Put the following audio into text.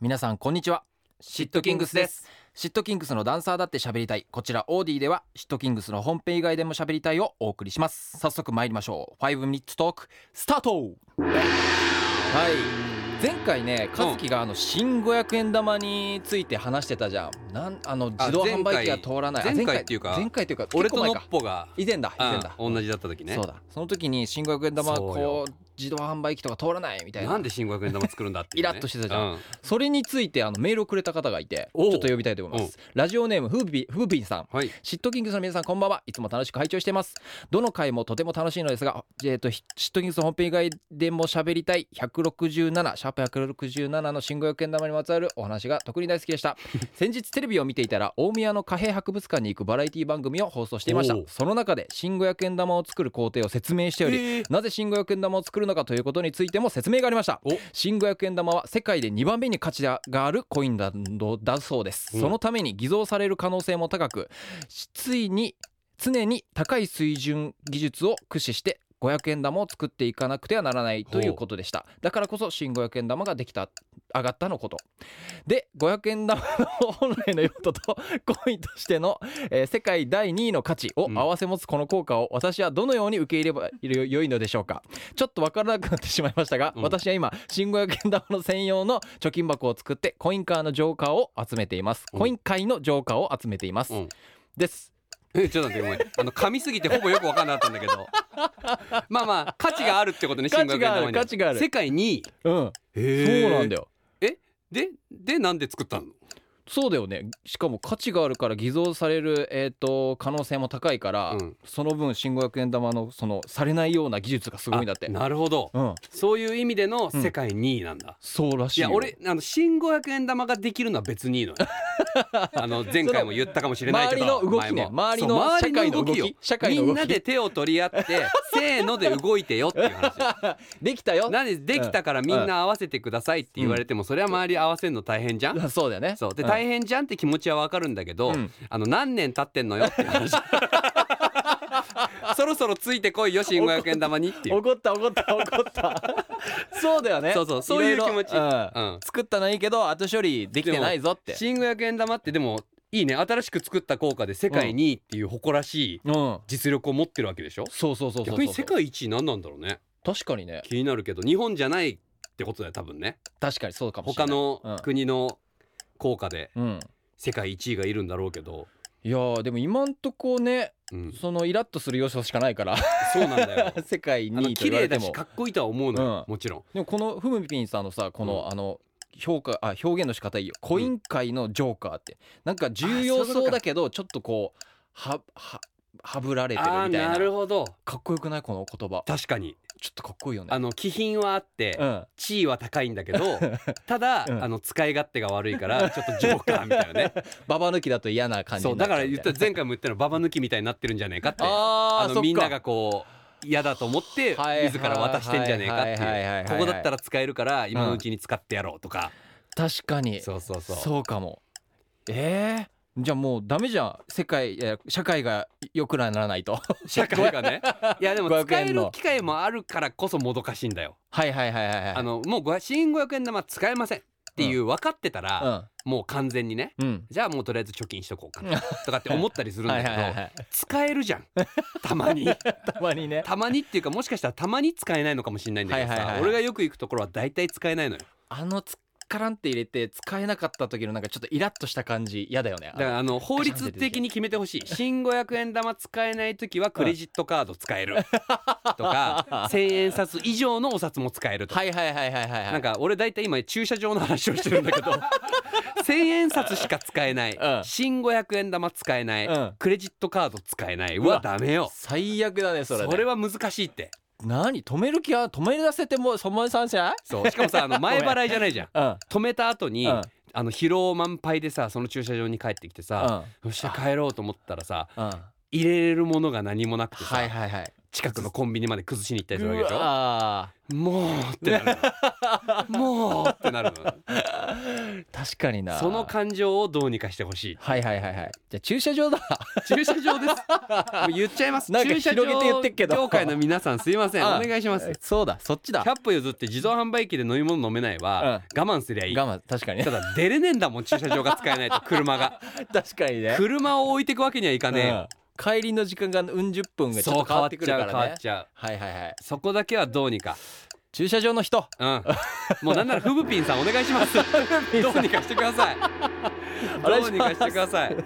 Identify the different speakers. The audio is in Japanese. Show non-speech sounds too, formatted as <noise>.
Speaker 1: 皆さんこんにちはシットキングスですシットキングスのダンサーだって喋りたいこちらオーディではシットキングスの本編以外でも喋りたいをお送りします早速参りましょう5ミニッツトークスタートはい前回ね和樹があの新500円玉について話してたじゃんなんあの自動販売機が通らないあ
Speaker 2: 前回っていうか
Speaker 1: 前回というか
Speaker 2: 俺と
Speaker 1: 結構前
Speaker 2: ノッ
Speaker 1: か
Speaker 2: ポが
Speaker 1: 以前だ以前だ
Speaker 2: あ同じだった時ね
Speaker 1: そうだその時に新500円玉は
Speaker 2: そうよ
Speaker 1: こう自動販売機とか通らないみたいな
Speaker 2: なんで新500円玉作るんだっていうね、
Speaker 1: イラッとしてたじゃ
Speaker 2: ん、
Speaker 1: それについてあのメールをくれた方がいてち
Speaker 2: おう
Speaker 1: ょっと呼びたいと思いますラジオネームふうびふうびんさん
Speaker 2: はい
Speaker 1: シットキングスの皆さんこんばんはいつも楽しく拝聴していますどの回もとても楽しいのですが、えー、とひシットキングスの本編以外でも喋りたい167シャープ167の新500円玉にまつわるお話が特に大好きでした
Speaker 2: <laughs>
Speaker 1: 先日テレビを見ていたら大宮の貨幣博物館に行くバラエティ番組を放送していました
Speaker 2: おう
Speaker 1: その中で新500円玉を作る工程を説明しており、
Speaker 2: えー
Speaker 1: なぜ新500円玉を作るのかということについても説明がありました
Speaker 2: お
Speaker 1: 新500円玉は世界で2番目に価値があるコインだだそうです、
Speaker 2: うん
Speaker 1: そのために偽造される可能性も高くしついに常に高い水準技術を駆使して500円玉を作っていかなくてはならないということでしただからこそ新500円玉ができた上がったのことで500円玉の本来の用途と <laughs> コインとしての、えー世界第2位の価値を
Speaker 2: うん
Speaker 1: 併せ持つこの効果を私はどのように受け入れればよよいのでしょうかちょっとわからなくなってしまいましたが、
Speaker 2: うん
Speaker 1: 私は今新500円玉の専用の貯金箱を作ってコインカーのジョーカーを集めています、
Speaker 2: うん
Speaker 1: コイン界のジョーカーを集めています、
Speaker 2: うん
Speaker 1: です
Speaker 2: えちょっと待ってごめんあの噛みすぎてほぼよく分かんなかったんだけ
Speaker 1: <laughs>
Speaker 2: どまあまあ価値があるってことね新
Speaker 1: 価値
Speaker 2: 500円
Speaker 1: があ
Speaker 2: 玉
Speaker 1: る
Speaker 2: には
Speaker 1: 価値がある
Speaker 2: 世界2位
Speaker 1: うん、そうなんだよ
Speaker 2: ででなんで作ったの
Speaker 1: そうだよねしかも価値があるから偽造される、えー、と可能性も高いから、
Speaker 2: うん
Speaker 1: その分新500円玉のそのされないような技術がすごいんだって
Speaker 2: あなるほど
Speaker 1: うん
Speaker 2: そういう意味での世界2位なんだ、
Speaker 1: そうらし
Speaker 2: い
Speaker 1: いよ
Speaker 2: や俺あの新500円玉ができるのは別にい
Speaker 1: <laughs>
Speaker 2: いのよあの前回も言ったかもしれないけ
Speaker 1: 周
Speaker 2: ど
Speaker 1: りの動きね
Speaker 2: 前も
Speaker 1: 周り
Speaker 2: そう
Speaker 1: の
Speaker 2: 周
Speaker 1: 社
Speaker 2: りの
Speaker 1: 会の動
Speaker 2: よ
Speaker 1: き社会の動き
Speaker 2: みんなで手を取り合ってせーので動いてよっていう
Speaker 1: <laughs>
Speaker 2: 話
Speaker 1: <laughs> できたよ
Speaker 2: なんでできたからみんな合わせてくださいって言われてもそれは周り合わせるの大変じゃ
Speaker 1: <laughs>
Speaker 2: ん
Speaker 1: そうだよね
Speaker 2: そうで
Speaker 1: ん
Speaker 2: 大変じゃんって気持ちはわかるんだけど、
Speaker 1: うん
Speaker 2: あの何年経ってんのよってい
Speaker 1: <laughs>
Speaker 2: う話そろそろついてこいよ新500円玉にっていう
Speaker 1: 怒った怒った怒った
Speaker 2: <laughs>
Speaker 1: そうだよね
Speaker 2: そうそうそういう
Speaker 1: ろろ
Speaker 2: 気持ち
Speaker 1: うん
Speaker 2: うん
Speaker 1: 作ったのはいいけど後処理できてないぞって
Speaker 2: 新500円玉ってでもいいね新しく作った効果で世界2位っていう誇らしい
Speaker 1: うん
Speaker 2: 実力を持ってるわけでしょ
Speaker 1: そうそうそうそうそう
Speaker 2: 逆に世界一位何なんだろうね
Speaker 1: 確かにね
Speaker 2: 気になるけど日本じゃないってことだよ多分ね
Speaker 1: 確かにそうかもしれ
Speaker 2: 他
Speaker 1: ない
Speaker 2: の国の効果で
Speaker 1: うん
Speaker 2: 世界1位がいるんだろうけど、
Speaker 1: いやーでも今んとこね <laughs>
Speaker 2: うん、
Speaker 1: そのイラッとする要素しかないから
Speaker 2: そうなんだよ
Speaker 1: 世界
Speaker 2: あ
Speaker 1: 2
Speaker 2: の
Speaker 1: 位と
Speaker 2: 綺
Speaker 1: 言わ
Speaker 2: 麗
Speaker 1: れて
Speaker 2: だし
Speaker 1: も
Speaker 2: かっこいいとは思うのよ、
Speaker 1: う
Speaker 2: もちろん
Speaker 1: でもこのふむぴんさんのさこの、
Speaker 2: うん
Speaker 1: あの評価あ表現の仕方いいよコイン界のジョーカーってなんか重要そうだけどちょっとこうはははぶられてるみ
Speaker 2: あ
Speaker 1: た
Speaker 2: あ
Speaker 1: い
Speaker 2: な
Speaker 1: な
Speaker 2: るほど
Speaker 1: かっこよくないこの言葉
Speaker 2: 確かに
Speaker 1: ちょっとかっこいいよね
Speaker 2: あの気品はあって、
Speaker 1: うん
Speaker 2: 地位は高いんだけ
Speaker 1: <laughs>
Speaker 2: どただ、
Speaker 1: うん
Speaker 2: あの使い勝手が悪いからちょっとジョーカーみたい
Speaker 1: <laughs>
Speaker 2: なね
Speaker 1: ババ抜きだと嫌な感じ
Speaker 2: そう
Speaker 1: にな
Speaker 2: だ
Speaker 1: っち
Speaker 2: か
Speaker 1: ゃ
Speaker 2: ら
Speaker 1: うみ
Speaker 2: 言
Speaker 1: た
Speaker 2: った
Speaker 1: いな
Speaker 2: 前回も言ったのババ抜きみたいになってるんじゃねえかって
Speaker 1: あ
Speaker 2: あ
Speaker 1: あ
Speaker 2: のみんながこう嫌だと思って
Speaker 1: はいはい
Speaker 2: 自ら渡してんじゃねえかって
Speaker 1: はいはいはいはい
Speaker 2: い
Speaker 1: は
Speaker 2: う
Speaker 1: い
Speaker 2: ここだったら使えるから今のうちに使ってやろうとか、
Speaker 1: 確かに
Speaker 2: そうそうそう
Speaker 1: そうかもえー、じゃあもうダメじゃん世界えー社会が良くならないと <laughs>
Speaker 2: 社会がね <laughs> いやでも使
Speaker 1: 500
Speaker 2: え
Speaker 1: 円
Speaker 2: る
Speaker 1: の
Speaker 2: 機会もあるからこそもどかしいんだよ
Speaker 1: はいはいはいはいはい
Speaker 2: あのもうご新500円玉使えませんっていう分かってたら、もう完全にね
Speaker 1: うんうん
Speaker 2: じゃあもうとりあえず貯金しとこうかなとかって思ったりす
Speaker 1: <laughs>
Speaker 2: るん
Speaker 1: は
Speaker 2: だ
Speaker 1: い
Speaker 2: け
Speaker 1: はいはいは
Speaker 2: ど
Speaker 1: い
Speaker 2: 使えるじゃんたまに
Speaker 1: たまにね
Speaker 2: たまにっていうかもしかしたらたまに使えないのかもしれないんだけどさ、
Speaker 1: はいはいはいはい
Speaker 2: 俺がよく行くところは大体使えないのよ
Speaker 1: あのつっからんって入れて使えなかった時のなんかちょっとイラッとした感じ嫌だよね
Speaker 2: だからあの法律的に決めてほしい新500円玉使えない時はクレジットカード使えるとか1,000円札以上のお札も使えるとか
Speaker 1: はいはいはいはいはいはい
Speaker 2: なんか俺大体今駐車場の話をしてるんだけど
Speaker 1: <laughs>
Speaker 2: 1,000円札しか使えない、
Speaker 1: うん
Speaker 2: 新500円玉使えない、
Speaker 1: うん
Speaker 2: クレジットカード使えないう
Speaker 1: わ
Speaker 2: はダメよ
Speaker 1: 最悪だねそ
Speaker 2: そ
Speaker 1: れね
Speaker 2: れは難しいって
Speaker 1: 何止める気は止めらせてもそもさんじゃない
Speaker 2: そうしかもさ
Speaker 1: <laughs>
Speaker 2: あの前払いじゃないじゃん
Speaker 1: うんうん
Speaker 2: 止めた後に、
Speaker 1: うん
Speaker 2: あの疲労満杯でさその駐車場に帰ってきてさ、
Speaker 1: は
Speaker 2: そして帰ろうと思ったらさ
Speaker 1: い
Speaker 2: 入れれるものが何もなくてさ、
Speaker 1: はいはい
Speaker 2: 近くのコンビニまで崩しに行ったりするわけでしょ
Speaker 1: あ <laughs>
Speaker 2: もうってなるのもうってなるの
Speaker 1: 確かにな
Speaker 2: その感情をどうにかしてほしい
Speaker 1: はいはいはいはいじゃあ駐車場だ
Speaker 2: 駐車場で
Speaker 1: <laughs>
Speaker 2: すもう言っちゃいます
Speaker 1: なんか
Speaker 2: 駐車場
Speaker 1: 広げて言ってっけど
Speaker 2: 業界の皆さんすいませ
Speaker 1: <laughs>
Speaker 2: ん
Speaker 1: ああ
Speaker 2: お願いします
Speaker 1: そうだそっちだ
Speaker 2: 100歩譲って自動販売機で飲み物飲めないは我慢すりゃいい
Speaker 1: 我慢確かにね
Speaker 2: ただ出れねえんだもん駐車場が使えないと
Speaker 1: <laughs>
Speaker 2: 車が
Speaker 1: 確かにね
Speaker 2: 車を置いてくわけにはいかね
Speaker 1: うん帰りの時間がうん十分
Speaker 2: え
Speaker 1: が
Speaker 2: よ
Speaker 1: ちょっと変わってくるから
Speaker 2: 変わ
Speaker 1: ね
Speaker 2: っちゃう
Speaker 1: はいはいはい
Speaker 2: そこだけはどうにか
Speaker 1: 駐車場の人
Speaker 2: うんもうなんならフブピンさんお願いしますどうにかしてくださいどうにかしてください